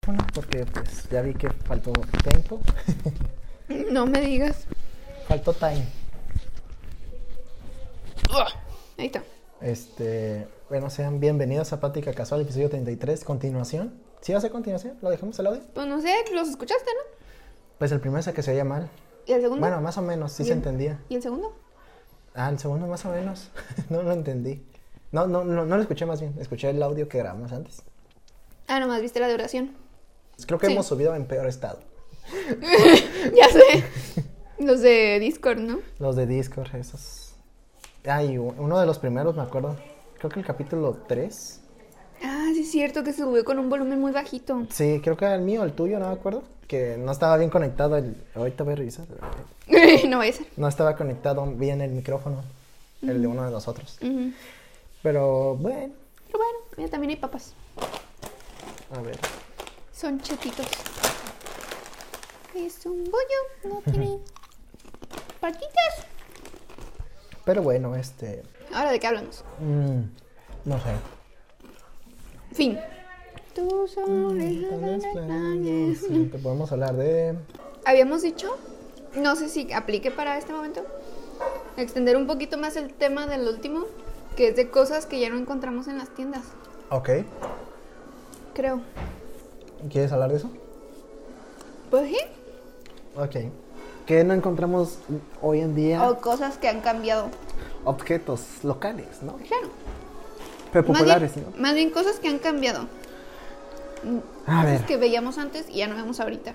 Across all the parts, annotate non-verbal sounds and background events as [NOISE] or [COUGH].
teléfono porque pues ya vi que faltó tiempo. No me digas. faltó time. Ahí está. Este, bueno, sean bienvenidos a Plática Casual, episodio 33, continuación. ¿Sí va a ser continuación? ¿Lo dejamos el audio? Pues no sé, los escuchaste, ¿no? Pues el primero es el que se oía mal. ¿Y el segundo? Bueno, más o menos, sí se Bien. entendía. ¿Y el segundo? Ah, el segundo más o menos. [LAUGHS] no lo entendí. No, no, no, no lo escuché más bien. Escuché el audio que grabamos antes. Pues Ah, nomás viste la duración. Creo que Sí. hemos subido en peor estado. [LAUGHS] ya sé. Los de Discord, ¿no? Los de Discord, esos. Ay, u- uno de los primeros, me acuerdo. Creo que el capítulo 3. Ah, sí es cierto que se subió con un volumen muy bajito. [LAUGHS] Sí, creo que era el mío, el tuyo, no me acuerdo. Que no estaba bien conectado el... Ahorita voy a revisar. no vaya a ser. No estaba conectado bien el micrófono. El de uno de nosotros. Ujú. Pero bueno, Pero bueno, mira, también hay papas. a ver. Son chetitos. Es un bollo, no tiene patitas. Pero bueno, este... Ahora, ¿de qué hablamos? mm, no sé. Fin. Tú Planes, planes, sí, que podemos hablar de... Habíamos dicho, no sé si aplique para este momento, extender un poquito más el tema del último, que es de cosas que ya no encontramos en las tiendas, Ok. creo. ¿Quieres hablar de eso? Pues sí. Ok. Que no encontramos hoy en día O cosas que han cambiado. objetos locales, ¿no? Claro. Pero Más populares, bien- ¿no? Más bien cosas que han cambiado. Mm, A cosas ver. que veíamos antes y ya no vemos ahorita.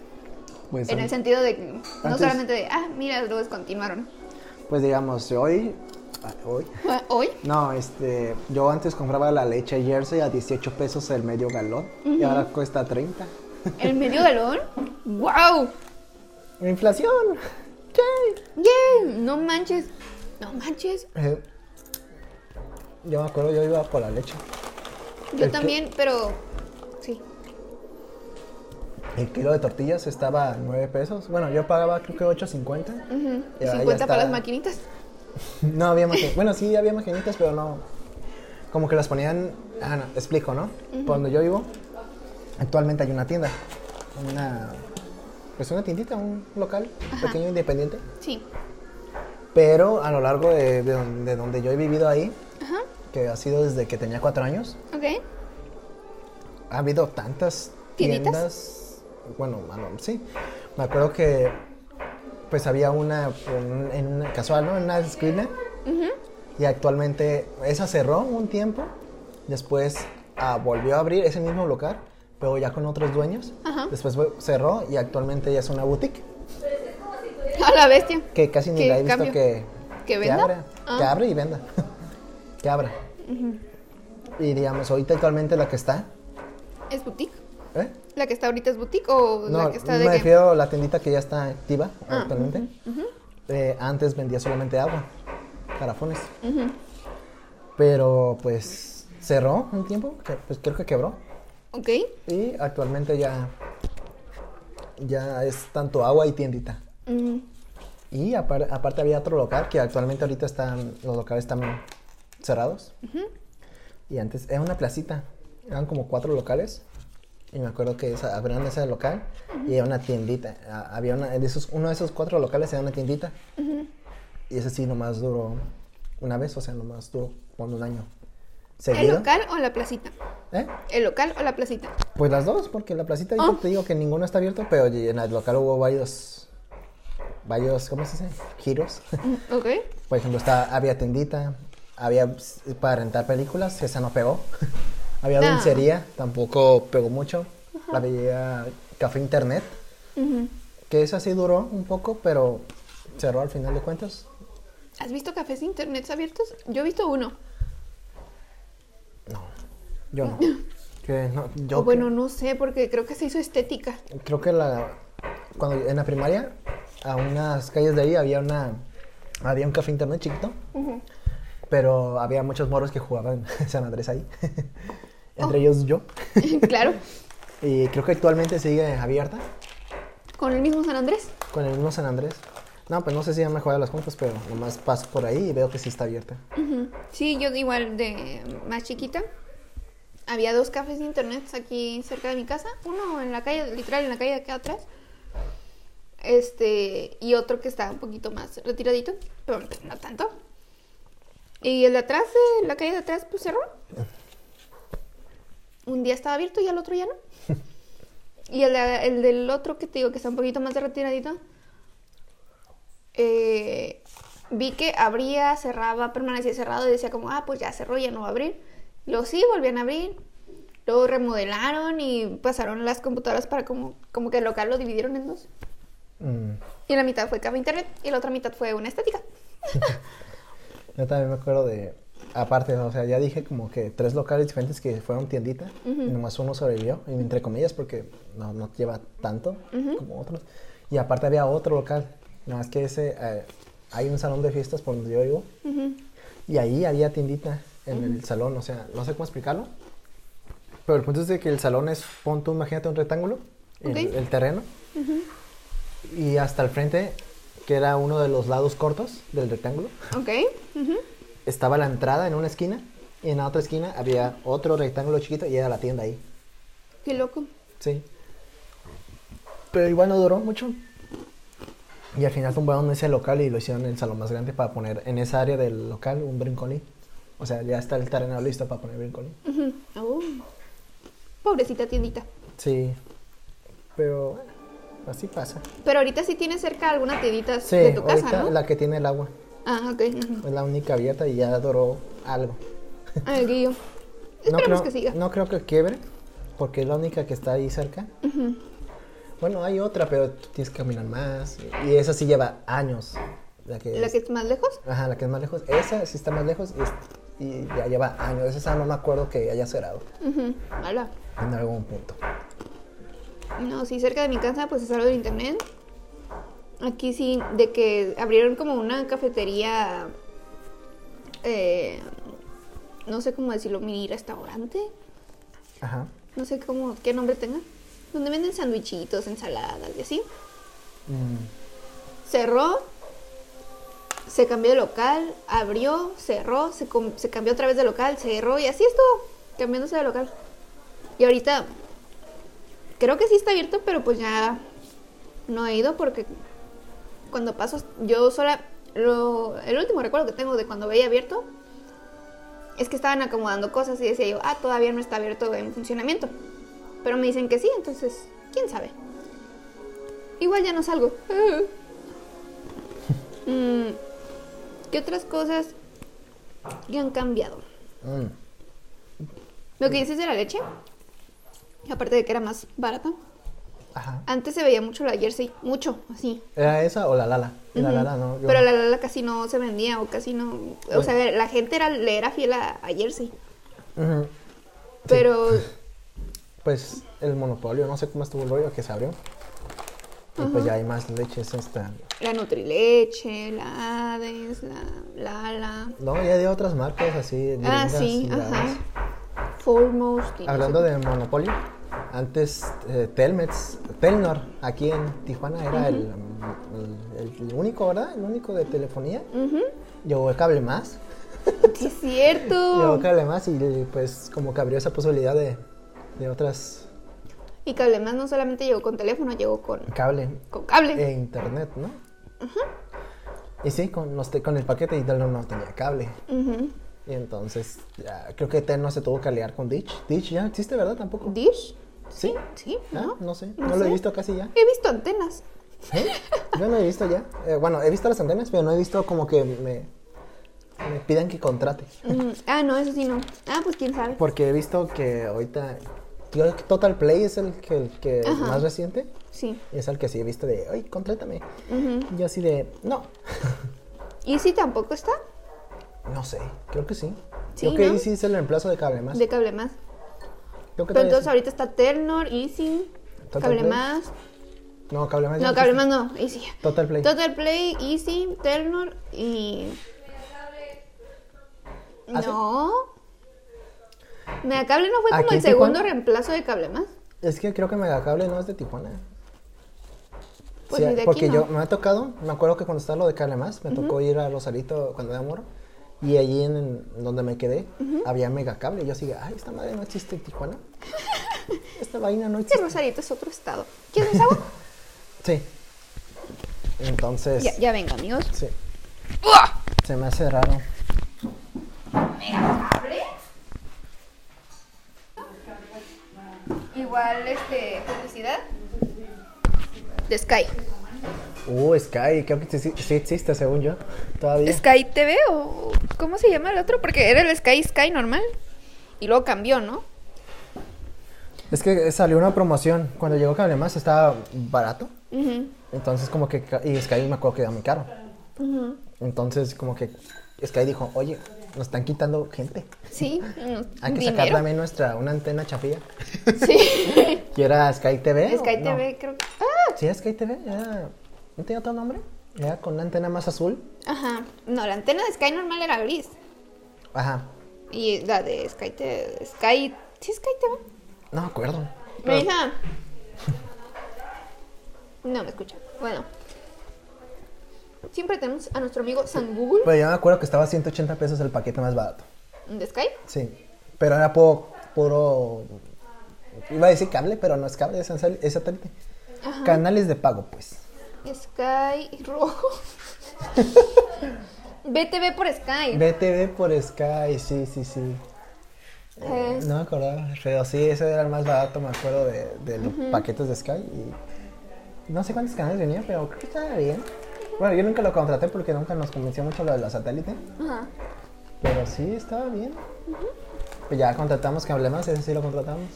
Pues, En el sentido de que no Antes- solamente de, ah, mira, lo descontinuaron. pues digamos, hoy, ah, hoy, Ah, [LAUGHS] Hoy, no, este, yo antes compraba la leche Jersey a 18 pesos el medio galón y ahora cuesta 30. el medio galón. ¡Wow! Inflación. Yay. ¡Yay! No manches. No manches. Eh, yo me acuerdo, yo iba por la leche. Yo El que- también, pero sí. El kilo de tortillas estaba a 9 pesos. Bueno, yo pagaba creo que 8.50. Ujú. Y ahora ya 50 para está. las maquinitas. No había maquinitas. Bueno, sí había maquinitas, pero no. Como que las ponían. Ah, no, explico, ¿no? Por donde yo vivo, actualmente hay una tienda. Una. Pues una tiendita, un local Ajá. pequeño independiente. Sí. Pero a lo largo de, de don- de donde yo he vivido ahí, Ajá. que ha sido desde que tenía cuatro años, Ok. ha habido tantas ¿Tienditas? tiendas. Bueno, ah, no, sí. Me acuerdo que pues había una en, en una casual, ¿no? En una esquina. Ujú. Y actualmente esa cerró un tiempo. Después ah, volvió a abrir ese mismo local, pero ya con otros dueños. Ajá. Después fue- cerró y actualmente ya es una boutique A la bestia. que casi ni ¿Qué la he visto cambio? que, ¿Que venda? abra, Ah. que abre y venda. [LAUGHS] que abra. Y digamos, ahorita actualmente la que está. ¿Es boutique? ¿eh? ¿La que está ahorita es boutique No, o Pues la que está me de que- refiero a la tiendita que ya está activa Ah, actualmente. Eh, antes vendía solamente agua, carafones. Ujú. Pero pues cerró un tiempo, que, pues creo que quebró. Ok. Y actualmente ya, ya es tanto agua y tiendita. Mm, Y apar- aparte había otro local que actualmente ahorita están, los locales están cerrados. Y antes era una placita, eran como cuatro locales. Y me acuerdo que esa- abrieron ese local y era una tiendita. a- Había una, de esos, uno de esos cuatro locales era una tiendita. Y ese sí nomás duró una vez, o sea, nomás duró cuando un año. ¿El ¿Seguido? local o la placita? ¿Eh? ¿El local o la placita? Pues las dos, porque la placita ahorita Oh. te digo que ninguno está abierto, pero en el local hubo varios, varios, ¿cómo se dice? Giros. Mm, Ok. Por ejemplo, está, había tendita, había s- para rentar películas, esa no pegó. [LAUGHS] había No. dulcería, tampoco pegó mucho. Había café internet, Ujú. que esa sí duró un poco, pero cerró al final de cuentas. ¿Has visto cafés internets abiertos? Yo he visto uno. Yo [LAUGHS] no. que no yo O bueno, que- no sé, porque creo que se hizo estética. creo que la, cuando en la primaria, a unas calles de ahí había una había un café internet chiquito, Ujú. pero había muchos morros que jugaban [LAUGHS] San Andrés ahí. Oh. Entre ellos yo. [LAUGHS] claro. Y creo que actualmente sigue abierta Con el mismo San Andrés. con el mismo San Andrés. No, pues no sé si han mejorado las compras, pero nomás paso por ahí y veo que sí está abierta. Ujú. Sí, yo igual de más chiquita. había dos cafés de internet aquí cerca de mi casa, uno en la calle, literal en la calle de acá atrás, este, y otro que estaba un poquito más retiradito, pero pues, no tanto. Y el de atrás, de la calle de atrás, pues cerró. Un día estaba abierto y al otro ya no. Y el, de- el del otro que te digo que está un poquito más de retiradito, eh, vi que abría, cerraba, permanecía cerrado y decía como, ah, pues ya cerró, ya no va a abrir. Luego sí, volvían a abrir. Luego remodelaron y pasaron las computadoras para como, como que el local lo dividieron en dos. Mm, Y la mitad fue café internet y la otra mitad fue una estética. Yo también me acuerdo de. Aparte, o sea, ya dije como que tres locales diferentes que fueron tiendita. y nomás uno sobrevivió, y entre comillas, porque no, no lleva tanto como otros. Y aparte había otro local. Nada más que ese. eh, hay un salón de fiestas por donde yo vivo. Y ahí había tiendita en el salón. O sea, no sé cómo explicarlo. Pero el punto es de que el salón es, pon tú, imagínate un rectángulo, el- Ok. el, terreno. Y hasta el frente, que era uno de los lados cortos del rectángulo, Ok. ujú. estaba la entrada en una esquina. Y en la otra esquina había otro rectángulo chiquito y era la tienda ahí. Qué loco. Sí. Pero igual no duró mucho. Y al final tumbaron ese local y lo hicieron en el salón más grande para poner en esa área del local un brincolín. O sea, ya está el terreno listo para poner brincolín. Ujú. Oh. Pobrecita tiendita. Sí. Pero bueno, así pasa. Pero ahorita sí tienes cerca alguna tiendita Sí, de tu casa, ahorita ¿no? la que tiene el agua Ah, ok. ujú. es la única abierta y ya duró algo. Ah, el guillo. No Esperemos creo, que siga. no creo que quiebre, porque es la única que está ahí cerca. Bueno, hay otra, pero tú tienes que caminar más. Y esa sí lleva años. La que, ¿La es- que es más lejos? Ajá, la que es más lejos. Esa sí está más lejos y, es- y ya lleva años. Esa no me acuerdo que haya cerrado Ujú. Ala. en algún punto. No, sí, cerca de mi casa, pues es algo de internet. Aquí sí, de que abrieron como una cafetería, eh, no sé cómo decirlo, mini restaurante, Ajá. no sé cómo, qué nombre tenga, donde venden sandwichitos, ensaladas y así. Mm, Cerró, se cambió de local, abrió, cerró, se, com- se cambió otra vez de local, cerró y así estuvo, cambiándose de local. Y ahorita creo que sí está abierto, pero pues ya no he ido porque cuando paso yo sola, lo- el último recuerdo que tengo de cuando veía abierto es que estaban acomodando cosas y decía yo, ah, todavía no está abierto en funcionamiento. Pero me dicen que sí, entonces, ¿quién sabe? Igual ya no salgo. [LAUGHS] Mm, ¿Qué otras cosas que han cambiado? mm. Lo que dices de la leche, aparte de que era más barata, Ajá. antes se veía mucho la Jersey, mucho, así. ¿Era esa o la Lala? La Lala, ¿no? Yo- Pero la Lala casi no se vendía o casi no... O sea, la gente era, le era fiel a, a Jersey. Ujú. [LAUGHS] Pero... Pues el monopolio, no sé cómo estuvo el rollo que se abrió. Y pues ya hay más leches esta. La Nutrileche, la Hades, la Lala. No, ya de otras marcas así. Ah, gringas sí, y raras. ajá. Foremost. y no Hablando sé de monopolio, antes eh, Telmex, Telnor, aquí en Tijuana era el, mm, el- el único, ¿verdad? El único de telefonía. qué. Ujú. Llegó el cable más. [LAUGHS] Sí, es Llegó cierto. el cable más y pues como que abrió esa posibilidad de, de otras Y cable más no solamente llegó con teléfono, llegó con, cable con cable. e internet, ¿no? Y sí, con, los te- con el paquete y Telnor no tenía cable. Ujú. Y entonces ya, creo que Telnor se tuvo que aliar con Ditch. Ditch ya existe, ¿verdad? Tampoco. ¿Dish? ¿Sí? Sí, Ah, ¿no? No sé, No no lo he sé. visto casi ya. He visto antenas. ¿Eh? Yo [LAUGHS] no he visto ya. Eh, bueno, he visto las antenas, pero no he visto como que me, me pidan que contrate. Mm, Ah, no, eso sí no. Ah, pues quién sabe. Porque he visto que ahorita creo que Total Play es el que, el que Ajá. más reciente. Sí. y Es el que sí he visto de, ay, contrátame. Ujú. Yo así de, no, [LAUGHS] ¿Y si tampoco está? no sé, creo que sí. Sí, creo que ¿no? ahí sí es el reemplazo de cable más. De cable más. Creo que Pero todavía entonces sí. ahorita está Telnor, Easy, Total cable Play. más. No, cable más. ya No, cable existe. más no, Easy. Total Play. Total Play, Easy, Telnor y... ¿Ah, sí? No. Megacable no fue como ¿Aquí el en Tijuana? segundo reemplazo de cable más. Es que creo que Megacable no es de Tijuana. Pues Sí, ni de aquí porque no. yo me ha tocado, me acuerdo que cuando estaba lo de Cable Más, me tocó ir a Rosarito cuando era moro. Y Y allí en, en donde me quedé había megacable. Y yo así, de, ay, esta madre no existe en [LAUGHS] Tijuana. Esta vaina no Que existe. Rosarito es otro estado. ¿Quieres [LAUGHS] agua? Sí. Entonces, ya, ya vengo, amigos. sí. Se me hace raro. Igual, este, publicidad. De Sky. Uh, Sky, creo que sí, sí existe, según yo. Todavía. Sky TV o ¿cómo se llama el otro? Porque era el Sky Sky normal y luego cambió, ¿no? Es que salió una promoción. Cuando llegó Cable Más estaba barato. Ujú. Entonces, como que. ca- Y Sky me acuerdo que era muy caro. Entonces, como que Sky dijo: Oye, nos están quitando gente. Sí, mm, Hay que sacar dinero. también nuestra, una antena chapilla. Sí. [LAUGHS] ¿Y era Sky TV? ¿Eh? o Sky no? TV creo que ah, Sí, era Sky TV. Era... ¿No tenía otro nombre? Era con una antena más azul. ajá. No, la antena de Sky normal era gris Ajá. y la de Sky TV, Sky, sí Sky TV. No me acuerdo. Me Pero- hija. No me escucha. Bueno. Siempre tenemos a nuestro amigo San Google Pero yo me acuerdo que estaba a 180 pesos el paquete más barato. de Sky. Sí. Pero era puro. puro... Iba a decir cable, pero no es cable, es satel- es satélite. Canales de pago, pues. Sky [LAUGHS] rojo. BTV por Sky. BTV por Sky, sí, sí, sí. Eh, No me acordaba, pero sí, ese era el más barato, me acuerdo, de, de los paquetes de Sky. Y no sé cuántos canales venía, pero creo que estaba bien. Bueno, yo nunca lo contraté porque nunca nos convenció mucho lo de la satélite, ajá. pero sí, estaba bien. Pues ya contratamos Cable Más, ese sí lo contratamos.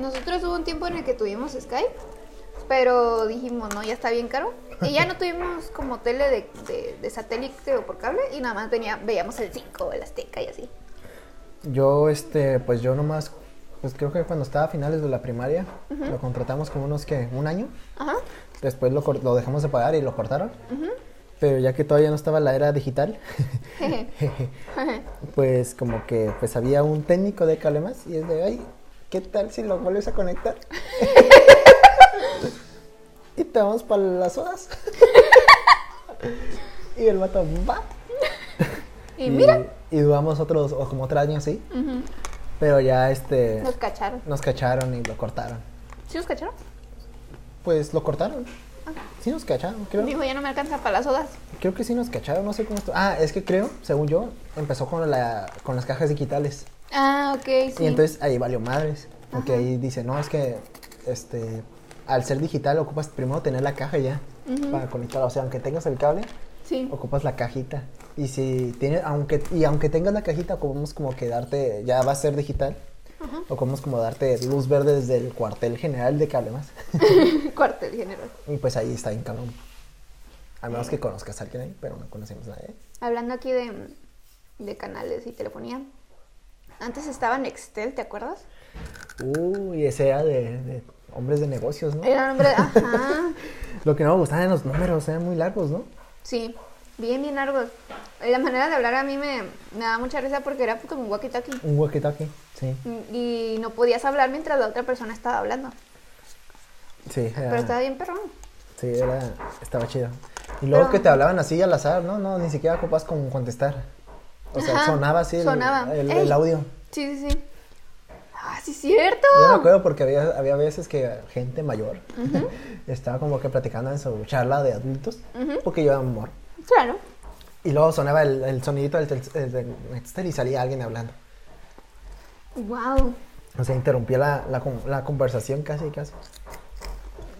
Nosotros hubo un tiempo en el que tuvimos Sky, pero dijimos, no, ya está bien caro. Y ya [LAUGHS] no tuvimos como tele de, de- de satélite o por cable y nada más tenía, veíamos el 5, el Azteca y así. Yo, este, pues yo nomás, pues creo que cuando estaba a finales de la primaria, lo contratamos como unos que, un año. [LAUGHS] Ajá. Después lo, cor- lo dejamos de pagar y lo cortaron. Pero ya que todavía no estaba la era digital, [LAUGHS] pues como que pues había un técnico de cablemas y es de, ay, ¿qué tal si lo vuelves a conectar? [LAUGHS] y te vamos para las horas. [LAUGHS] y el vato va. y mira, Y duramos otros, o como otro año así. Pero ya este, nos cacharon. nos cacharon y lo cortaron. ¿Sí nos cacharon? Pues lo cortaron. Ah. Sí nos cacharon, creo. Dijo, ya no me alcanza para las odas. Creo que sí nos cacharon, no sé cómo esto. Ah, es que creo, según yo, empezó con, la, con las cajas digitales. Ah, ok, sí. Y entonces ahí valió madres. Porque ahí dice, no, es que este, al ser digital ocupas primero tener la caja ya para conectarla. O sea, aunque tengas el cable, sí. ocupas la cajita. Y si tienes, aunque, y aunque tengas la cajita, ocupamos como que darte, ya va a ser digital. Ocupamos como darte luz verde desde el cuartel general de cable más. [LAUGHS] Cuartel general. [LAUGHS] y pues ahí está bien cabrón. A menos que conozcas a alguien ahí, pero no conocemos a nadie. Hablando aquí de, de canales y telefonía. Antes estaba Nextel, ¿te acuerdas? Uy, Uh, ese era de, de hombres de negocios, ¿no? [LAUGHS] Era nombre, ajá. Lo que no me gustaban eran los números, eran muy largos, ¿no? Sí, bien, bien largos. La manera de hablar a mí me, me daba mucha risa porque era como un walkie-talkie. Un walkie-talkie, sí. Y no podías hablar mientras la otra persona estaba hablando. Sí, era, Pero estaba bien perrón. sí, era, estaba chido. Y luego que te hablaban así al azar, ¿no? No, ni siquiera ocupas con contestar. O sea, Ajá, sonaba así el, sonaba. el- Ey. el audio. Sí, sí, sí. ¡Ah, sí, es cierto! Yo me acuerdo porque había, había veces que gente mayor [LAUGHS] estaba como que platicando en su charla de adultos, porque yo era amor. Claro. Y luego sonaba el, el sonidito del, tel- el del Nextel y salía alguien hablando. ¡Wow! O sea, interrumpía la, la con- la conversación casi, casi.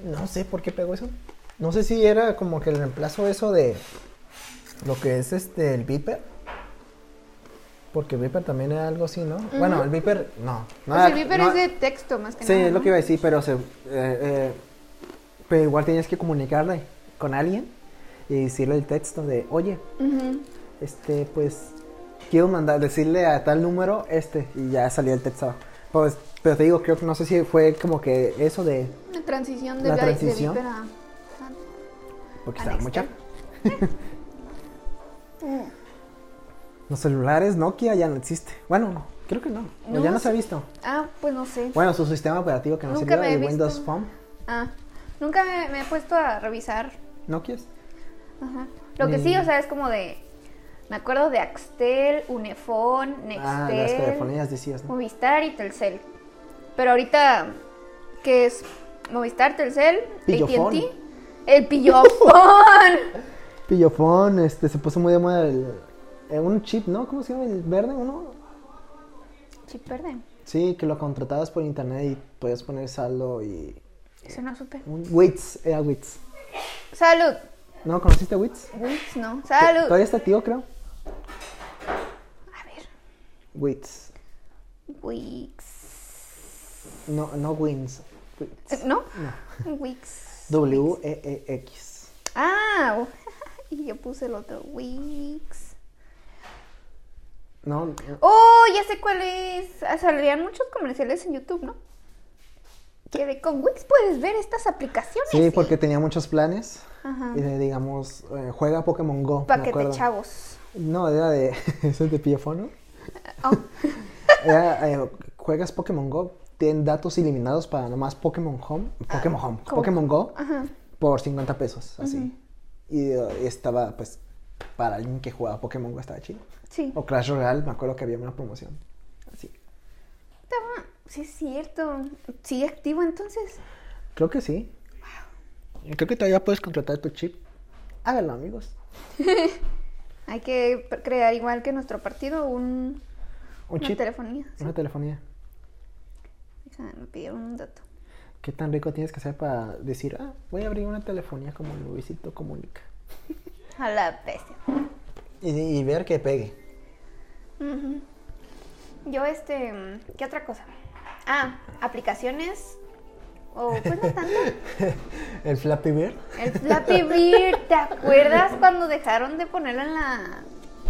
No sé por qué pegó eso. No sé si era como que el reemplazo eso de lo que es este, el Viper. Porque el Viper también era algo así, ¿no? Bueno, el Viper, no. no Pues el era- Viper no- es de texto más que Sí, nada. es lo ¿no? que iba a decir, pero, se, eh, eh, pero igual tenías que comunicarle con alguien y decirle el texto de, oye, Ujú. este, pues, quiero mandar, decirle a tal número este, y ya salía el texto abajo. Pues, pero te digo, creo que no sé si fue como que eso de, La transición de La la, transición. De Viper a- a- porque ¿Al estaba mucha. Nextel? Los celulares Nokia ya no existe. Bueno, creo que no, No, ya no sí. se ha visto. Ah, pues no sé. Bueno, su sistema operativo que no Nunca sirvió, me he el Windows visto. Phone, Ah, nunca me, me he puesto a revisar Nokias. Ajá. Lo que sí, o sea, es como de. Me acuerdo de Axtel, Unifón, Nextel, Ah, las telefonías decías, ¿no? Movistar y Telcel. Pero ahorita, ¿qué es? Movistar, Telcel, Pillofón. AT&T. ¡El [LAUGHS] pillofón! Pillofón, este, se puso muy de moda el, eh, un chip, ¿no? ¿Cómo se llama? ¿El verde uno? Chip verde. Sí, que lo contratabas por internet y podías poner saldo y... Suena súper. Un, Wits, era Wits. ¡Salud! ¿No conociste Wits? Wix, ¿no? Todavía ¡Salud! está tío, creo. A ver. Wits. Wix. No, no Wins. Wits. E Eh, ¿No? Wix. W-E-E-X. Ah, [LAUGHS] u- y yo puse el otro. Wix. No, no, Oh, ya sé cuál es. Ah, Salían muchos comerciales en YouTube, ¿no? Que de- con Wix puedes ver estas aplicaciones. sí, y- porque tenía muchos planes. Ajá. Y de, digamos, eh, juega Pokémon Go. me Paquete acuerdo. [LAUGHS] chavos. No, era de. Eso es de pillofón, ¿no? Oh, Era, eh, juegas Pokémon Go, tienen datos ilimitados para nomás Pokémon Home, Pokémon Home, Ah, ¿cómo? Pokémon Go ajá. por 50 pesos, así. Y eh, estaba, pues, para alguien que jugaba Pokémon Go estaba chido. Sí. O Clash Royale, me acuerdo que había una promoción. Así. Estaba- Sí, es cierto. Sí, activo entonces. Creo que sí. Creo que todavía puedes contratar tu chip. Háganlo, amigos. Hay que pr- crear igual que nuestro partido un, Un una chip. telefonía. sí. Una telefonía. Déjame, me pidieron un dato. ¿Qué tan rico tienes que ser para decir, ah, voy a abrir una telefonía como Luisito Comunica? A la bestia. Y, y ver que pegue. Ujú. Yo, este, mm, ¿qué otra cosa? Ah, aplicaciones. O, [LAUGHS] pues no tanto. El Flappy Bird. El Flappy Bird, ¿te acuerdas cuando dejaron de ponerlo en la,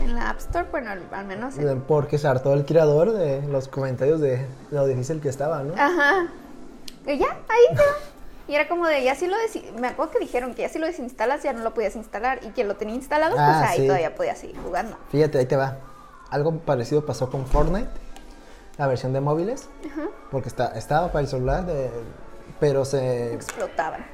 en la App Store? Bueno, al, al menos. en- Porque se hartó el creador de los comentarios de lo difícil que estaba, ¿no? Ajá. Y ya, ahí está. Y era como de, ya si lo desi- me acuerdo que dijeron que ya si lo desinstalas ya no lo podías instalar. Y quien lo tenía instalado, Ah, pues ahí sí. todavía podía seguir jugando. Fíjate, ahí te va. Algo parecido pasó con Fortnite, la versión de móviles, Ajá. porque está, estaba para el celular, de- pero se, Explotaban.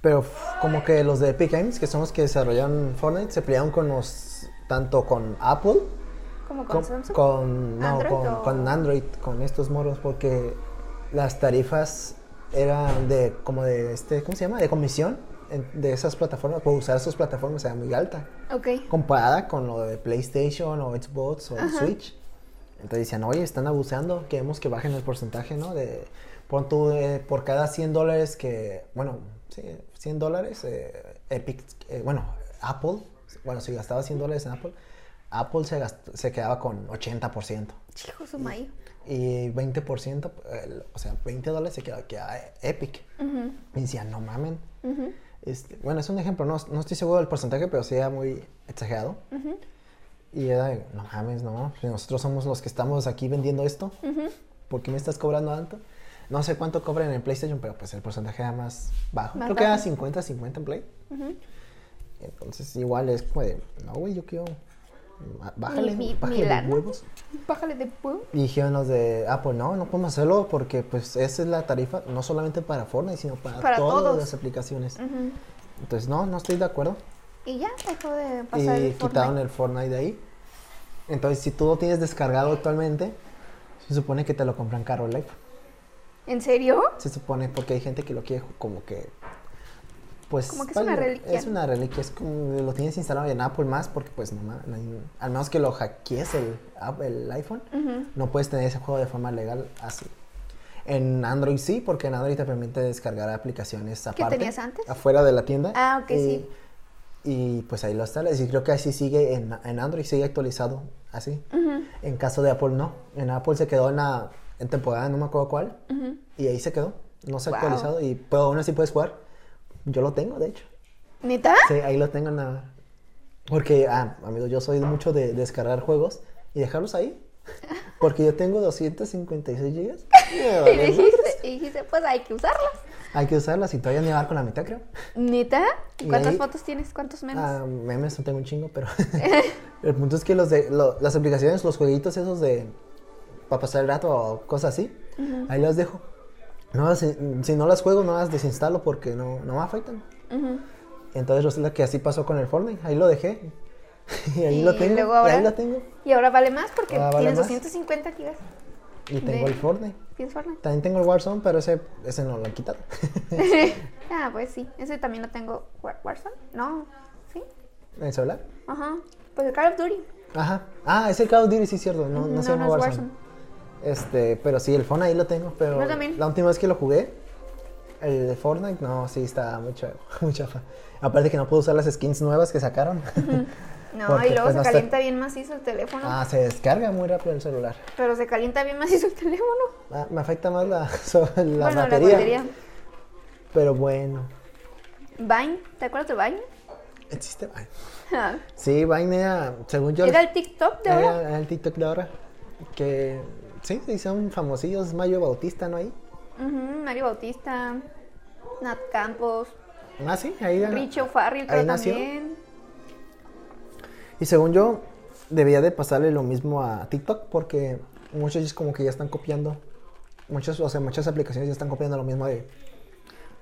pero f- como que los de Epic Games, que son los que desarrollaron Fortnite, se pelearon con los tanto con Apple Como con, con, Samsung. con- no, Android con, o- con Android, con estos moros, porque las tarifas eran de, como de, este, ¿cómo se llama? De comisión en- de esas plataformas, por usar esas plataformas era muy alta, Ok. comparada con lo de PlayStation o Xbox o Switch. Entonces decían, oye, están abusando, queremos que bajen el porcentaje, ¿no? De, pon tú, eh, por cada 100 dólares que, bueno, sí, 100 dólares, eh, Epic, eh, bueno, Apple, bueno, si gastaba 100 dólares en Apple, Apple se, gast- se quedaba con 80%. Chico, su maíz. Y 20%, el- o sea, 20 dólares se quedaba, quedaba Epic. Ujú, Y decían, no mamen. ujú, Este, bueno, es un ejemplo, no, no estoy seguro del porcentaje, pero sí era muy exagerado. ujú, Y era, de, no mames, no, si nosotros somos los que estamos aquí vendiendo esto, ujú. ¿por qué me estás cobrando tanto? No sé cuánto cobran en PlayStation, pero pues el porcentaje era más bajo. Más Creo que era bajo. 50-50 en Play. Ujú. Entonces igual es como de, no, güey, yo quiero, ma- bájale, mi- mi bájale de lana. huevos. Bájale de pueblo. Y dijeron los de Apple, no, no podemos hacerlo porque pues esa es la tarifa, no solamente para Fortnite, sino para, Para todas todos. las aplicaciones. Entonces, no, no estoy de acuerdo. Y ya dejó de y pasar el eh, quitaron Fortnite. el Fortnite de ahí. Entonces, si tú lo tienes descargado actualmente, se supone que te lo compran caro el iPhone. ¿En serio? Se supone porque hay gente que lo quiere como que... Pues, Como que es una válido. reliquia. Es una reliquia, es como lo tienes instalado en Apple más porque pues no, ma- no hay- al menos que lo hackees el, app- el iPhone, Ujú. no puedes tener ese juego de forma legal así. En Android sí, porque en Android te permite descargar aplicaciones aparte. tenías antes? Afuera de la tienda. Ah, ok, y, sí. Y pues ahí lo instalas. Y creo que así sigue en, en Android, sigue actualizado así. Ujú, En caso de Apple no. En Apple se quedó en la en temporada, no me acuerdo cuál. ujú. Y ahí se quedó. No se ha Wow. actualizado. Y, pero aún así puedes jugar. Yo lo tengo, de hecho. ¿Neta? Sí, ahí lo tengo en la... Porque, ah, amigo, yo soy mucho de descargar juegos y dejarlos ahí. Porque yo tengo 256 [LAUGHS] gigas. Me Y vale madres. dijiste, y dijiste, pues hay que usarlas. Hay que usarlas y todavía ni va con la mitad, creo. ¿Neta? Y ¿Cuántas ahí- fotos tienes? ¿Cuántos memes? Ah, memes no tengo un chingo, [LAUGHS] pero... el punto es que los de, lo- las aplicaciones, los jueguitos esos de... Para pasar el rato o cosas así, ahí las dejo. No, las- si, no las juego, no las desinstalo porque no, no me afectan. Ujú. Entonces, resulta que así pasó con el Fortnite. Ahí lo dejé. [LAUGHS] y ahí lo Y tengo. luego y ahora- ahí lo tengo. Y ahora vale más porque Ahora Ah, vale tienes más. 250 gigas. Y tengo Ve. el Fortnite. [LAUGHS] ¿Tienes Fortnite? También tengo el Warzone, pero ese, ese no lo han quitado. [LAUGHS] [LAUGHS] ah, pues sí. Ese también lo tengo. War- ¿Warzone? No. ¿Sí? ¿El celular? Ajá. Pues el Call of Duty. Ajá. Ah, es el Call of Duty, sí, es cierto. No, no, se llama es Warzone. Este, pero sí, el Fortnite ahí lo tengo, pero Yo también. la última vez que lo jugué, el de Fortnite, no, sí, está [LAUGHS] mucha, mucha fa. Aparte que no puedo usar las skins nuevas que sacaron. No, Porque, y luego pues, se no está- calienta bien macizo el teléfono. [LAUGHS] ah, se descarga muy rápido el celular. Pero se calienta bien macizo el teléfono. Ah, me afecta más la, [LAUGHS] so- la bueno, batería. la batería. Pero bueno, Vine, ¿te acuerdas de Vine? existe Vine. Ah, Sí, Vine era, según yo, [LAUGHS] Eh. Era el TikTok de ahora. era- era el TikTok de ahora. Que sí, sí, son famosillos. Mayo Bautista, ¿no? Ahí. Ujú, Mario Bautista, Nat Campos, Ah, sí, ahí era- Richo Farrell ahí creo nació. también. Y según yo, debía de pasarle lo mismo a TikTok porque muchos es como que ya están copiando. Muchos, o sea, muchas aplicaciones ya están copiando lo mismo de,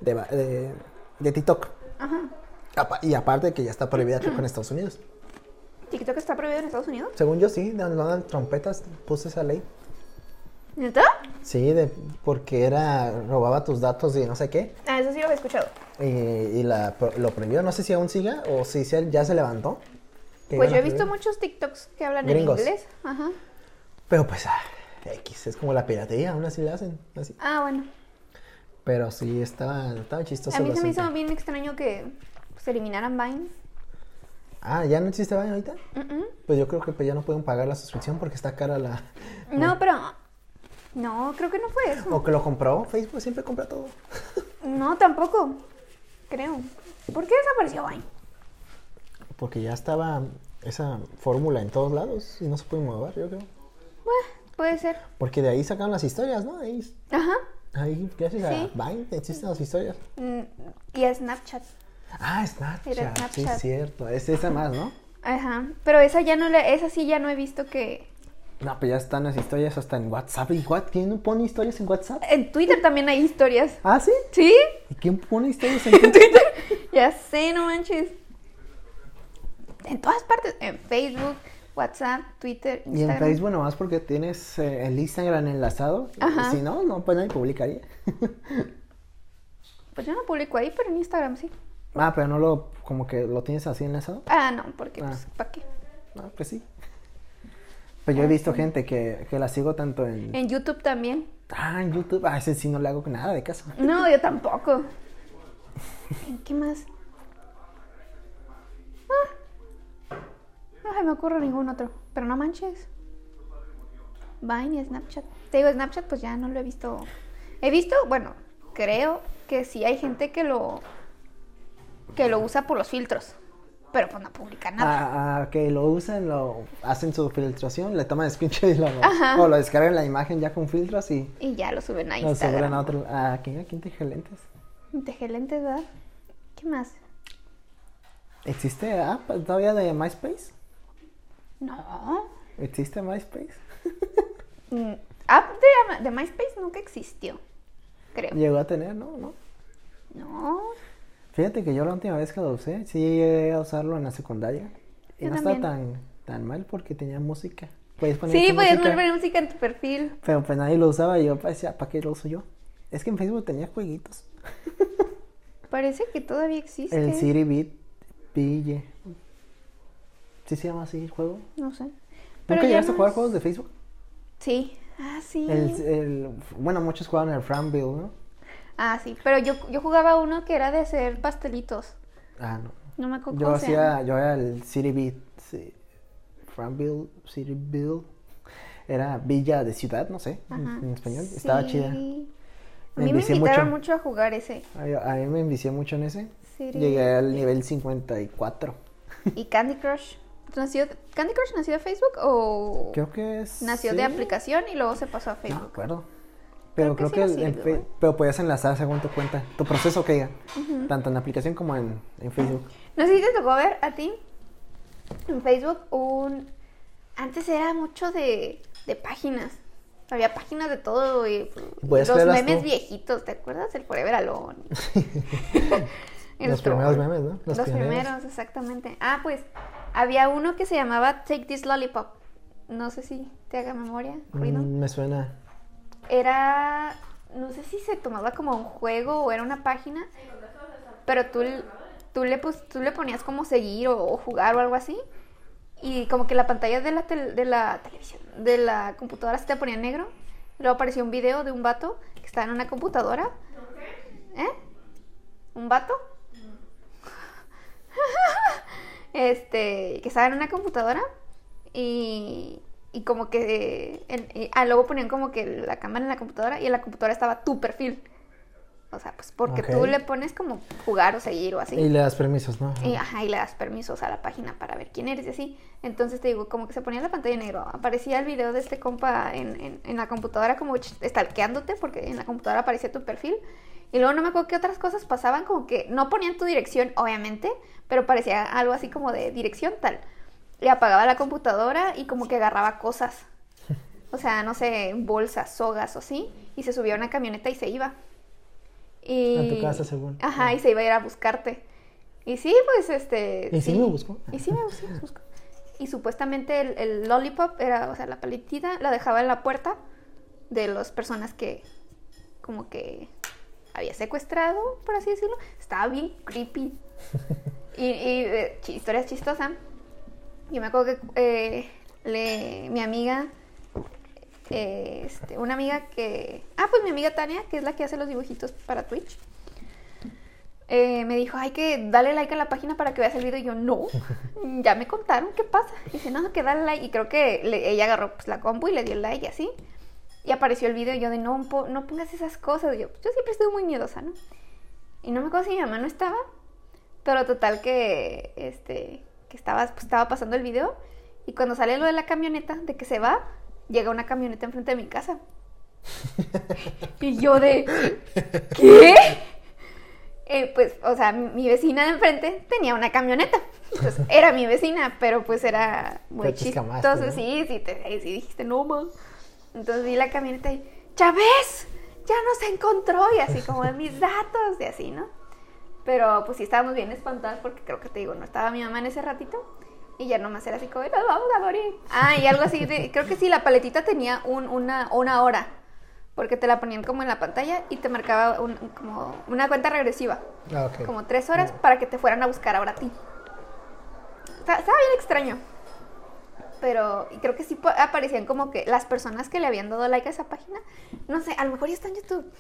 de, ba- de- de TikTok. Ajá. Apa- Y aparte que ya está prohibida creo que en Estados Unidos. ¿TikTok está prohibido en Estados Unidos? Según yo, sí, Donald Trompetas puso esa ley. ¿Neta? Sí, de, porque era, robaba tus datos y no sé qué. Ah, eso sí lo he escuchado. Y, Eh, y la, pro- lo prohibió. No sé si aún siga o si se- ya se levantó. que iban Pues yo a he visto prohibir. muchos TikToks que hablan Gringos. en inglés. Ajá. Pero pues, ah, X, es como la piratería, aún así la hacen. Así. Ah, bueno. Pero sí, estaba, estaba chistoso. A mí el se me asunto. hizo bien extraño que pues, eliminaran Vine. Ah, ¿ya no existe Vine ahorita? Mm, mm. Pues yo creo que pues, ya no pueden pagar la suscripción porque está cara la... [LAUGHS] No, pero... No, creo que no fue eso. O que lo compró, Facebook siempre compra todo. No, tampoco. Creo. ¿Por qué desapareció Vine? Porque ya estaba esa fórmula en todos lados y no se puede mover, yo creo. Bueno, puede ser. Porque de ahí sacaron las historias, ¿no? Ahí, Ajá. ahí gracias Sí. a Vine existen las historias. Mm, Y a Snapchat. Ah, Snapchat, Era sí Snapchat. es cierto. Es esa más, ¿no? Ajá. Pero esa ya no la, esa sí ya no he visto que. No, pues ya están las historias hasta en WhatsApp. ¿Y what? ¿Quién no pone historias en WhatsApp? En Twitter también hay historias. ¿Ah, sí? ¿Sí? ¿Y quién pone historias [LAUGHS] en Twitter? Ya sé, no manches. En todas partes. En Facebook, WhatsApp, Twitter, Y en Instagram. Facebook nomás porque tienes eh, el Instagram enlazado. Ajá. Si no, no, pues nadie publicaría. [LAUGHS] Pues yo no publico ahí, pero en Instagram sí. ah, pero no lo, como que lo tienes así enlazado. Ah, no, porque Ah. pues, ¿para qué? No, pues sí. Pero Ah, yo he visto gente que, que la sigo tanto en... En YouTube también. Ah, en YouTube. Ah, ese sí no le hago nada de caso. No, yo tampoco. ¿En qué más? Ah. No se me ocurre ningún otro. Pero no manches. Vine y Snapchat. Te digo, Snapchat pues ya no lo he visto. He visto, bueno, creo que sí hay gente que lo que lo usa por los filtros. Pero pues no publica nada. Ah, ah, que lo usan, lo hacen su filtración, le toman screenshot y [LAUGHS] lo... O lo descargan la imagen ya con filtros y... Y ya lo suben a Lo suben a Instagram. otro... ¿A quién? ¿A quién te lentes? Inteligentes, ¿verdad? ¿Qué más? ¿Existe app todavía de MySpace? No. ¿Existe MySpace? Mm, App de, de MySpace nunca existió. Creo. Llegó a tener, ¿no? ¿No? No. Fíjate que yo la última vez que lo usé, sí llegué a usarlo en la secundaria. Y Yo no estaba también. tan, tan mal porque tenía música. Podías poner Sí, tu podías música, poner música en tu perfil. Pero pues nadie lo usaba y yo pues, decía, ¿para qué lo uso yo? Es que en Facebook tenía jueguitos. Parece que todavía existe. El City Beat Pille. ¿Sí se llama así el juego? No sé. ¿Nunca ya llegaste no a jugar es- juegos de Facebook? Sí. Ah, sí. El, el- bueno, muchos jugaban el Framville, ¿no? Ah, sí. Pero yo, yo jugaba uno que era de hacer pastelitos. Ah, no. No me acuerdo Yo cómo se llama. hacía, yo era el City Beat, sí. Framville, City Bill, era villa de ciudad, no sé, en, Ajá. en español, estaba Sí. chida. A Me mí me envicié invitaron mucho. mucho. a jugar ese. A, a mí me envicié mucho en ese, City llegué al nivel 54. Y Candy Crush. ¿Nació, ¿Candy Crush nació de Facebook o Creo que es... nació de aplicación y luego se pasó a No me Facebook? acuerdo. Pero Creo creo que que, sí lo en sirve, Fe- ¿verdad? pero podías enlazar según tu cuenta, tu proceso que diga, tanto en la aplicación como en, en Facebook. No sé si te tocó ver a ti en Facebook un... Antes era mucho de, de páginas. Había páginas de todo y Voy a los esperarlas memes tú. [LAUGHS] viejitos, ¿te acuerdas? El Forever Alone. En Los nuestro- primeros memes, ¿no? Los, primeros. exactamente. Ah, pues había uno que se llamaba Take This Lollipop. No sé si te haga memoria, ruido. Mm, me suena. Era, no sé si se tomaba como un juego o era una página, pero tú, l- tú, le, pus- tú le ponías como seguir o, o jugar o algo así. Y como que la pantalla de la, tel- de la televisión, de la computadora se te ponía negro. Luego apareció un video de un vato que estaba en una computadora. ¿Eh? ¿Un vato? [LAUGHS] este, que estaba en una computadora y, y como que en- y- ah, luego ponían como que la cámara en la computadora y en la computadora estaba tu perfil. O sea, pues porque tú Ok. le pones como jugar o seguir o así. Y le das permisos, ¿no? Y, ajá, y le das permisos a la página para ver quién eres y así. Entonces te digo, como que se ponía la pantalla en negro. Aparecía el video de este compa en, en- en la computadora como ch- stalkeándote porque en la computadora aparecía tu perfil. Y luego no me acuerdo qué otras cosas pasaban, como que no ponían tu dirección, obviamente, pero parecía algo así como de dirección tal. Le apagaba la computadora y como que agarraba cosas. O sea, no sé, bolsas, sogas o así. Y se subía a una camioneta y se iba. Y... A tu casa, según. Ajá, y se iba a ir a buscarte. Y sí, pues este. ¿Y sí me buscó? Y sí me buscó. sí me buscó. Y supuestamente el, el lollipop era, o sea, la paletita la dejaba en la puerta de las personas que, como que, había secuestrado, por así decirlo. Estaba bien creepy. Y, y, eh, chi- historias chistosas. Yo me acuerdo que eh, le- mi amiga, eh, este, una amiga que. Ah, pues mi amiga Tania, que es la que hace los dibujitos para Twitch eh, me dijo, hay que dale like a la página para que veas el video. Y yo, no, ya me contaron qué pasa. Y dice, no, que dale like. Y creo que le- ella agarró pues, la compu y le dio like y así. Y apareció el video. Y yo, de no, po- no pongas esas cosas. Y yo, yo siempre estuve muy miedosa, ¿no? Y no me acuerdo si mi mamá no estaba. Pero total que, este, que estaba, pues, estaba pasando el video. Y cuando sale lo de la camioneta, de que se va, llega una camioneta enfrente de [LAUGHS] mi casa. y yo de, ¿qué? Eh, pues, o sea, mi mi vecina de enfrente tenía una camioneta. Entonces, era mi vecina, pero pues era muy Te chiscamaste, chistoso. ¿no? Sí, sí, te, eh, sí dijiste, no, ma. Entonces vi la camioneta y, ¡Chávez! ¡Ya nos encontró! Y así como de mis datos, y así, ¿no? Pero pues sí estábamos bien espantadas porque creo que te digo, no estaba mi mamá en ese ratito. Y ya nomás era así como, nos vamos a morir. Ah, y algo así, de- [LAUGHS] creo que sí, la paletita tenía un- una, una hora. Porque te la ponían como en la pantalla y te marcaba un- como una cuenta regresiva. Ah, ok. Como tres horas para que te fueran a buscar ahora a ti. Está- Estaba bien extraño. Pero y creo que sí pa- aparecían como que las personas que le habían dado like a esa página. No sé, a lo mejor ya está en YouTube.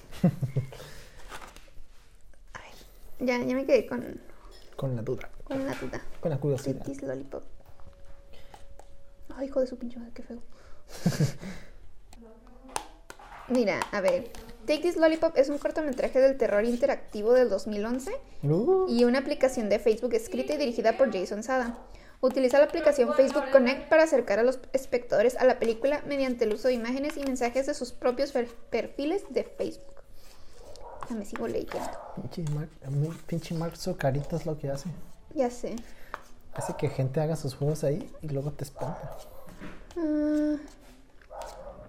A ver, ya, ya me quedé con, Con la duda. con una duda. Con la curiosidad. Chiquis Lollipop. Ay, hijo de su pinche madre, qué feo. Mira, a ver. Take This Lollipop es un cortometraje del terror interactivo del 2011 Uh, y una aplicación de Facebook escrita y dirigida por Jason Sada. Utiliza la aplicación Facebook Connect para acercar a los espectadores a la película mediante el uso de imágenes y mensajes de sus propios per- perfiles de Facebook. Déjame sigo leyendo. pinche, Mark, pinche Mark Zuckerito es lo que hace. Ya sé. Hace que gente haga sus juegos ahí y luego te espanta. Ah,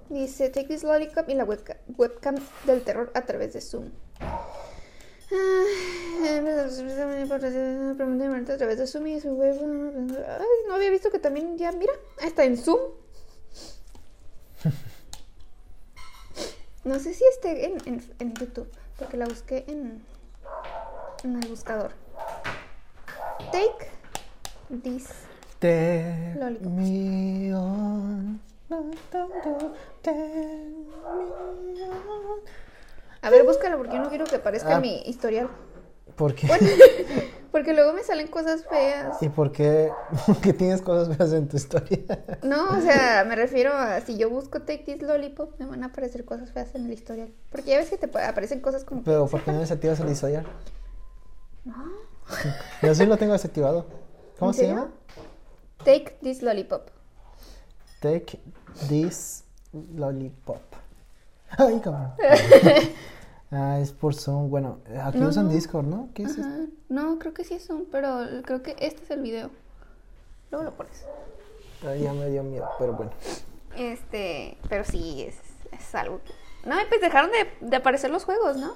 dice, take this lollipop y la webca- webcam del terror a través de Zoom. Ah, a través de Zoom y su web. Ay, no había visto que también ya, mira, está en Zoom. No sé si esté en, en, en YouTube, porque la busqué en, en el buscador. Take this Te Lollipop. me on, no tanto, te me on. A ver, búscalo porque yo no quiero que aparezca Ah. en mi historial. ¿Por qué? [LAUGHS] Porque luego me salen cosas feas. ¿Y por qué? [LAUGHS] Porque tienes cosas feas en tu historia. [LAUGHS] No, o sea, me refiero a si yo busco Take This Lollipop, me van a aparecer cosas feas en el historial. Porque ya ves que te pa- aparecen cosas como. Pero ¿por qué no desactivas el historial? [LAUGHS] No. Yo sí lo tengo desactivado. ¿Cómo ¿En se serio? llama? Take This Lollipop. Take this lollipop. Ay, [LAUGHS] cabrón. ah, es por Zoom. Bueno, aquí No, usan no. Discord, ¿no? ¿Qué es esto? Ajá. No, creo que sí es un, pero creo que este es el video. Luego lo pones. Ay, ya me dio miedo, pero bueno. Este, pero sí, es, es algo que. No, y pues dejaron de, de aparecer los juegos, ¿no?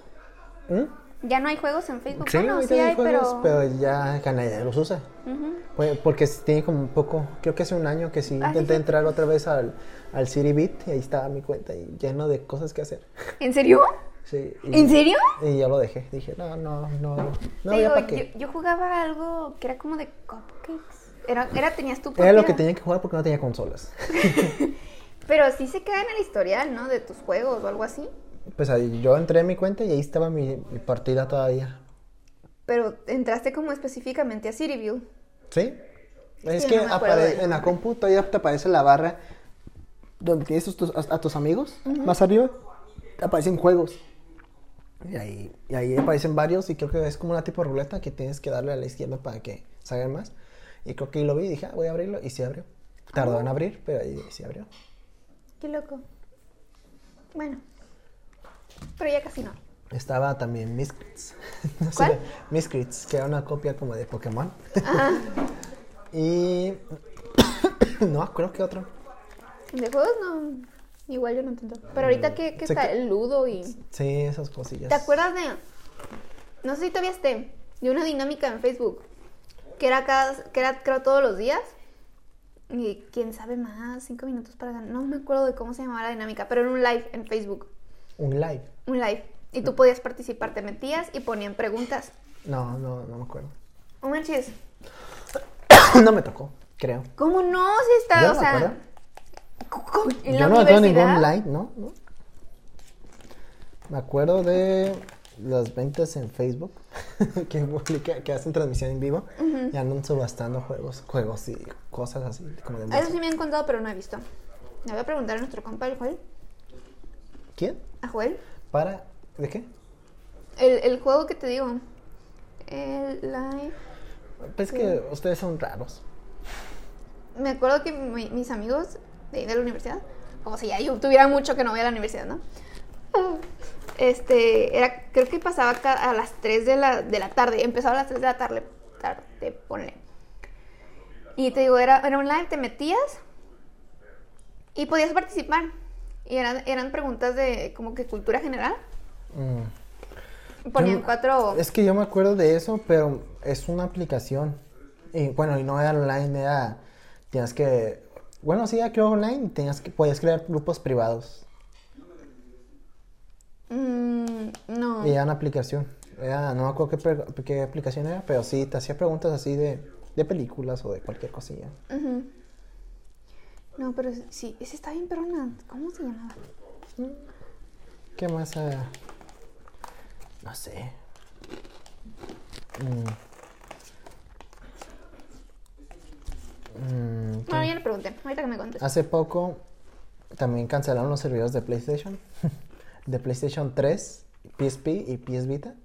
¿Mm? Ya no hay juegos en Facebook. Sí, bueno, ahorita sí hay hay, juegos, pero. pero... ya ya nadie los usa. Ujú. Fue- Porque sí tiene como un poco, creo que hace un año que sí Ah, sí, intenté sí. entrar otra vez al, al City Beat y ahí estaba mi cuenta y lleno de cosas que hacer. ¿En serio? Sí, y- ¿En serio? Y yo lo dejé. Dije, no, no, no, no, Te ya digo, para qué. Yo, yo jugaba algo que era como de cupcakes. Era, era tenías tu Era lo propia- que tenía que jugar porque no tenía consolas. Pero sí se queda en el historial, ¿no? De tus juegos o algo así. Pues ahí yo entré en mi cuenta y ahí estaba mi, mi partida todavía. Pero entraste como específicamente a Cityville. ¿Sí? Es que que no me acuerdo apare- del en la compu todavía te aparece la barra donde tienes tus- tus- a, a tus amigos. Más arriba te aparecen juegos. Y ahí, y ahí aparecen varios y creo que es como una tipo ruleta que tienes que darle a la izquierda para que salgan más. Y creo que ahí lo vi y dije, ah, voy a abrirlo y sí abrió. Tardó Ah. en abrir, pero ahí sí abrió. Qué loco. Bueno. Pero ya [LAUGHS] casi no. Estaba también Miscrits. [LAUGHS] No sé, ¿Cuál? Miscrits, que era una copia como de Pokémon. [LAUGHS] y. [COUGHS] no, creo que otro. De juegos no. Igual yo no tanto. Pero ahorita que, que Se está ca- el ludo y. Sí, esas cosillas. ¿Te acuerdas de.? No sé si todavía esté. De una dinámica en Facebook. Que era cada. Que era, creo, todos los días. Y quién sabe más. Cinco minutos para ganar. No me acuerdo de cómo se llamaba la dinámica. Pero era un live en Facebook. Un live. Un live. Y Mm. tú podías participar. Te metías y ponían preguntas. No, no, no me acuerdo. [COUGHS] No manches. no me tocó, creo. ¿Cómo no? Si está. Yo no o me sea. acuerdo. ¿cómo- en Yo la no me acuerdo de universidad? ningún live, ¿no? ¿no? Me acuerdo de las ventas en Facebook [LAUGHS] que, publica- que hacen transmisión en vivo y andan subastando juegos, juegos y cosas así como de A Eso música. sí me han contado, pero no he visto. Le voy a preguntar a nuestro compa, el Joel. ¿Quién? A Joel. ¿Para? ¿De qué? El, el juego que te digo. El live. Pues que ustedes son raros. Me acuerdo que mi- mis amigos de, ahí de la universidad, como si ya yo tuviera mucho que no voy a la universidad, ¿no? Este, era, creo que pasaba ca- a las 3 de la, de la tarde, empezaba a las 3 de la tarde, tarde ponle. Y te digo, era, era online, te metías y podías participar. Y eran, eran preguntas de como que cultura general. Mm. Ponían Yo- cuatro... Es que yo me acuerdo de eso, pero es una aplicación. Y bueno, y no era online, era. Tienes que. Bueno, sí, ya creo online, tenías que, podías crear grupos privados. Mm, no. Y era una aplicación. Era- no me acuerdo qué, pre- qué aplicación era, pero sí, te hacía preguntas así de, de películas o de cualquier cosilla. Ujú. No, pero sí, ese está bien perrona. ¿Cómo se llamaba? ¿Qué más? ah? No sé. Mm. Mm, ¿qué Bueno, ya le pregunté, ahorita que me conteste. Hace poco también cancelaron los servidores de PlayStation, [LAUGHS] de PlayStation 3, PSP y PS Vita.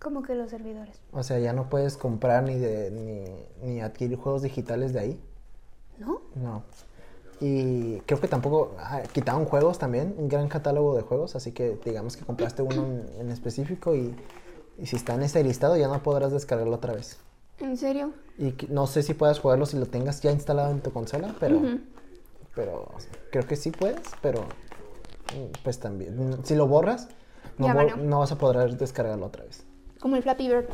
Como que los servidores. O sea, ya no puedes comprar ni, de, ni, ni adquirir juegos digitales de ahí. ¿No? No. Y creo que tampoco ah, quitaron juegos también, un gran catálogo de juegos. Así que digamos que compraste uno en, en específico y, y si está en ese listado ya no podrás descargarlo otra vez. ¿En serio? Y que- no sé si puedas jugarlo si lo tengas ya instalado en tu consola, pero, pero creo que sí puedes, pero mm, pues también, mm, si lo borras, no, Ya bo- valió. no vas a poder descargarlo otra vez. Como el Flappy Bird.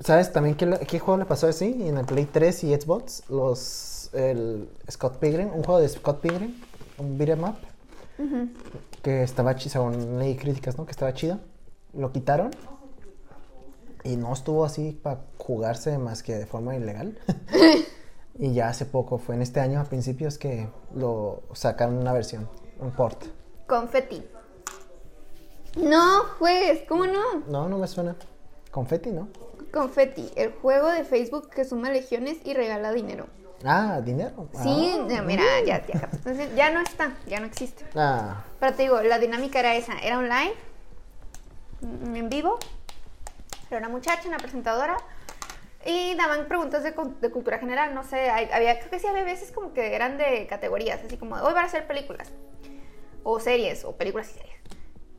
¿Sabes también qué, le- qué juego le pasó así? En el Play 3 y Xbox, los, el Scott Pilgrim, un juego de Scott Pilgrim, un beat'em up, que estaba chido, según leí críticas, ¿no? Que estaba chido. Lo quitaron y no estuvo así para jugarse más que de forma [LAUGHS] ilegal. y ya hace poco, fue en este año a principios que lo sacaron una versión, un port. Confetti. No juegues, ¿cómo no? No, no me suena. Confetti, ¿no? Confetti, el juego de Facebook que suma legiones y regala dinero. Ah, dinero. Ah. Sí, no, mira, ya, ya, captaste. ya no está, ya no existe. Ah. Pero te digo, la dinámica era esa, era online, mm, en vivo, era una muchacha, una presentadora, y daban preguntas de, cu- de cultura general, no sé, hay- había, creo que sí había veces como que eran de categorías, así como, hoy van a ser películas, o series, o películas y series.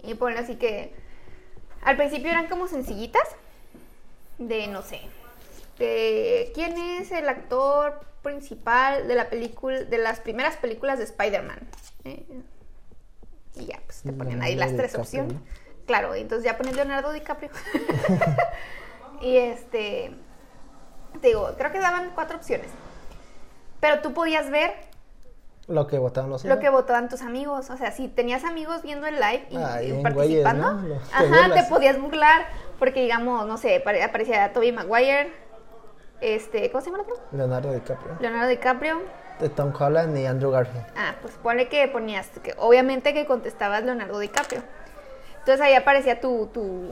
Y ponle así que, al principio eran como sencillitas, de, no sé, de quién es el actor principal de la película, de las primeras películas de Spider-Man. Eh, y ya, pues te ponían ahí las tres opciones. Claro, entonces ya pones Leonardo DiCaprio. y este, te digo, creo que daban cuatro opciones. Pero tú podías ver Lo que votaron los lo que votaban tus amigos. O sea, si tenías amigos viendo el live y, Ah, y bien participando, güeyes, ¿no? Los- te ajá, te burlas. podías burlar. Porque, digamos, no sé, pare- aparecía Toby Maguire, este, ¿cómo se llama el otro? Leonardo DiCaprio. Leonardo DiCaprio. De Tom Holland y Andrew Garfield. Ah, pues ponle que ponías, que obviamente que contestabas Leonardo DiCaprio. Entonces ahí aparecía tu, tu,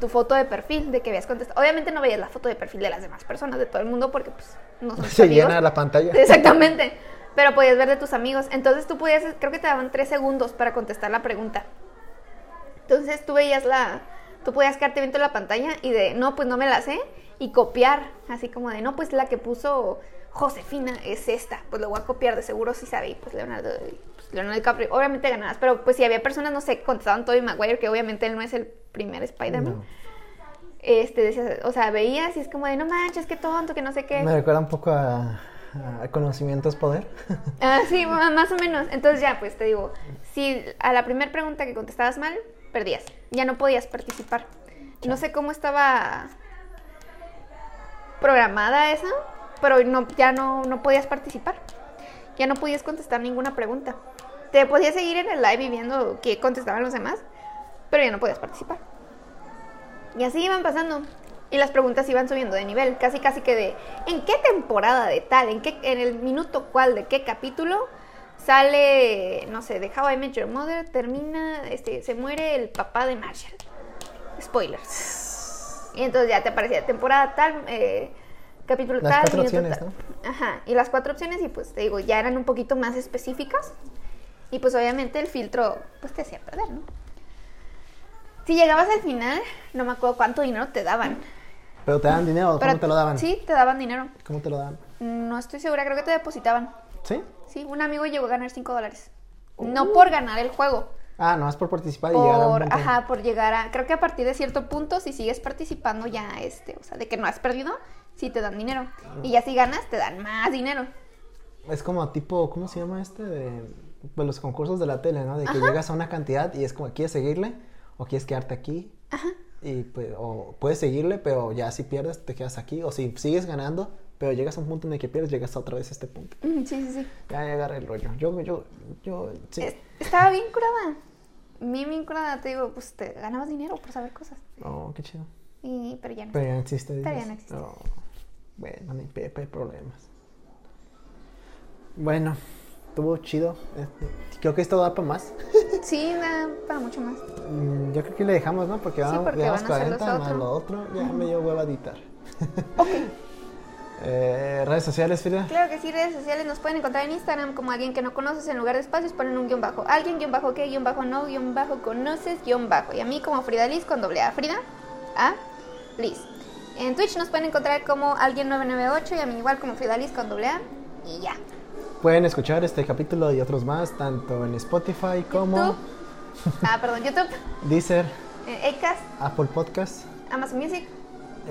tu foto de perfil de que habías contestado. Obviamente no veías la foto de perfil de las demás personas, de todo el mundo, porque pues no son tus Se amigos. llena la pantalla. [LAUGHS] Exactamente. Pero podías ver de tus amigos. Entonces tú podías, creo que te daban tres segundos para contestar la pregunta. Entonces tú veías la, tú podías quedarte viendo la pantalla y de, no, pues no me la sé, y copiar, así como de, no, pues la que puso Josefina es esta, pues lo voy a copiar, de seguro si sabe, y pues Leonardo, pues, Leonardo DiCaprio, obviamente ganabas, pero pues si había personas, no sé, que contestaban Tobey Maguire, que obviamente él no es el primer Spider-Man. No. Este, decías, o sea, veías y es como de, no manches, qué tonto, que no sé qué. Me recuerda un poco a, a Conocimientos Poder. [LAUGHS] Ah, sí, ma- más o menos. Entonces ya, pues te digo, si a la primera pregunta que contestabas mal, perdías. Ya no podías participar. No sé cómo estaba programada esa, pero no, ya no, no podías participar. Ya no podías contestar ninguna pregunta. Te podías seguir en el live y viendo qué contestaban los demás, pero ya no podías participar. Y así iban pasando. Y las preguntas iban subiendo de nivel, casi casi que de ¿en qué temporada de tal? ¿En qué en el minuto cuál de qué capítulo sale, no sé, de How I Met Your Mother, termina este se muere el papá de Marshall. Spoilers. Y entonces ya te aparecía temporada tal eh, capítulo Las tal, cuatro minuto opciones, tal. Ajá, y las cuatro opciones y pues te digo, ya eran un poquito más específicas. Y pues obviamente el filtro pues te hacía perder, ¿no? Si llegabas al final, no me acuerdo cuánto dinero te daban. Pero te daban dinero, ¿cómo Pero- te lo daban? Sí, te daban dinero. ¿Cómo te lo daban? No estoy segura, creo que te depositaban. ¿Sí? Sí, un amigo llegó a ganar 5 dólares. Uh. No por ganar el juego, Ah, no, es por participar y llegar a un por, punto. ajá, por llegar a... Creo que a partir de cierto punto, si sigues participando ya, este, o sea, de que no has perdido, sí te dan dinero. Y ya si ganas, te dan más dinero. Es como tipo, ¿cómo se llama este? De, pues, los concursos de la tele, ¿no? De que llegas a una cantidad y es como, ¿quieres seguirle? ¿O quieres quedarte aquí? Y pues, o puedes seguirle, pero ya si pierdes, te quedas aquí. O si sigues ganando, pero llegas a un punto en el que pierdes, llegas a otra vez a este punto. Mm, Sí, sí, sí. Ya, ya agarré el rollo. Yo, yo, yo, sí. Es- estaba bien curada. Bien, bien curada. Te digo, pues te ganabas dinero por saber cosas. Oh, qué chido. Y, pero ya no. Pero ya no existe. Pero ya dices. no existe. Oh, bueno, ni pepe problemas. Bueno, estuvo chido. Este, Creo que esto da para más. Sí, nada, para mucho más. Mm, Yo creo que le dejamos, ¿no? Porque, Sí, vamos, porque llevamos van a hacer 40 los más otros. lo otro. Ya me dio hueva a editar. Ok, [LAUGHS] Eh, redes sociales, Frida. claro que sí, redes sociales nos pueden encontrar en Instagram como alguien que no conoces en lugar de espacios, ponen un guión bajo. Alguien guión bajo que guión bajo no guión bajo conoces guión bajo. Y a mí como Frida Liz con doble A Frida A Liz. En Twitch nos pueden encontrar como alguien 998 y a mí igual como Frida Liz con doble A y ya. Pueden escuchar este capítulo y otros más, tanto en Spotify como YouTube. Ah, perdón, YouTube, Deezer, eh, Acast, Apple Podcast Amazon Music.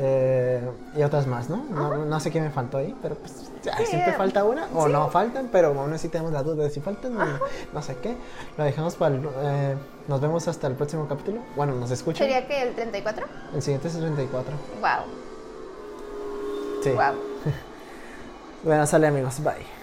eh, y otras más, ¿no? ¿no? no sé qué me faltó ahí, pero pues ya, Sí, siempre eh, falta una o sí. no faltan, pero aún así tenemos la duda de si faltan o no, no sé qué. Lo dejamos para el, eh, Nos vemos hasta el próximo capítulo. Bueno, nos escuchan. ¿Sería que el 34? El siguiente es el 34. Wow, Sí. wow. Bueno, sale amigos. Bye.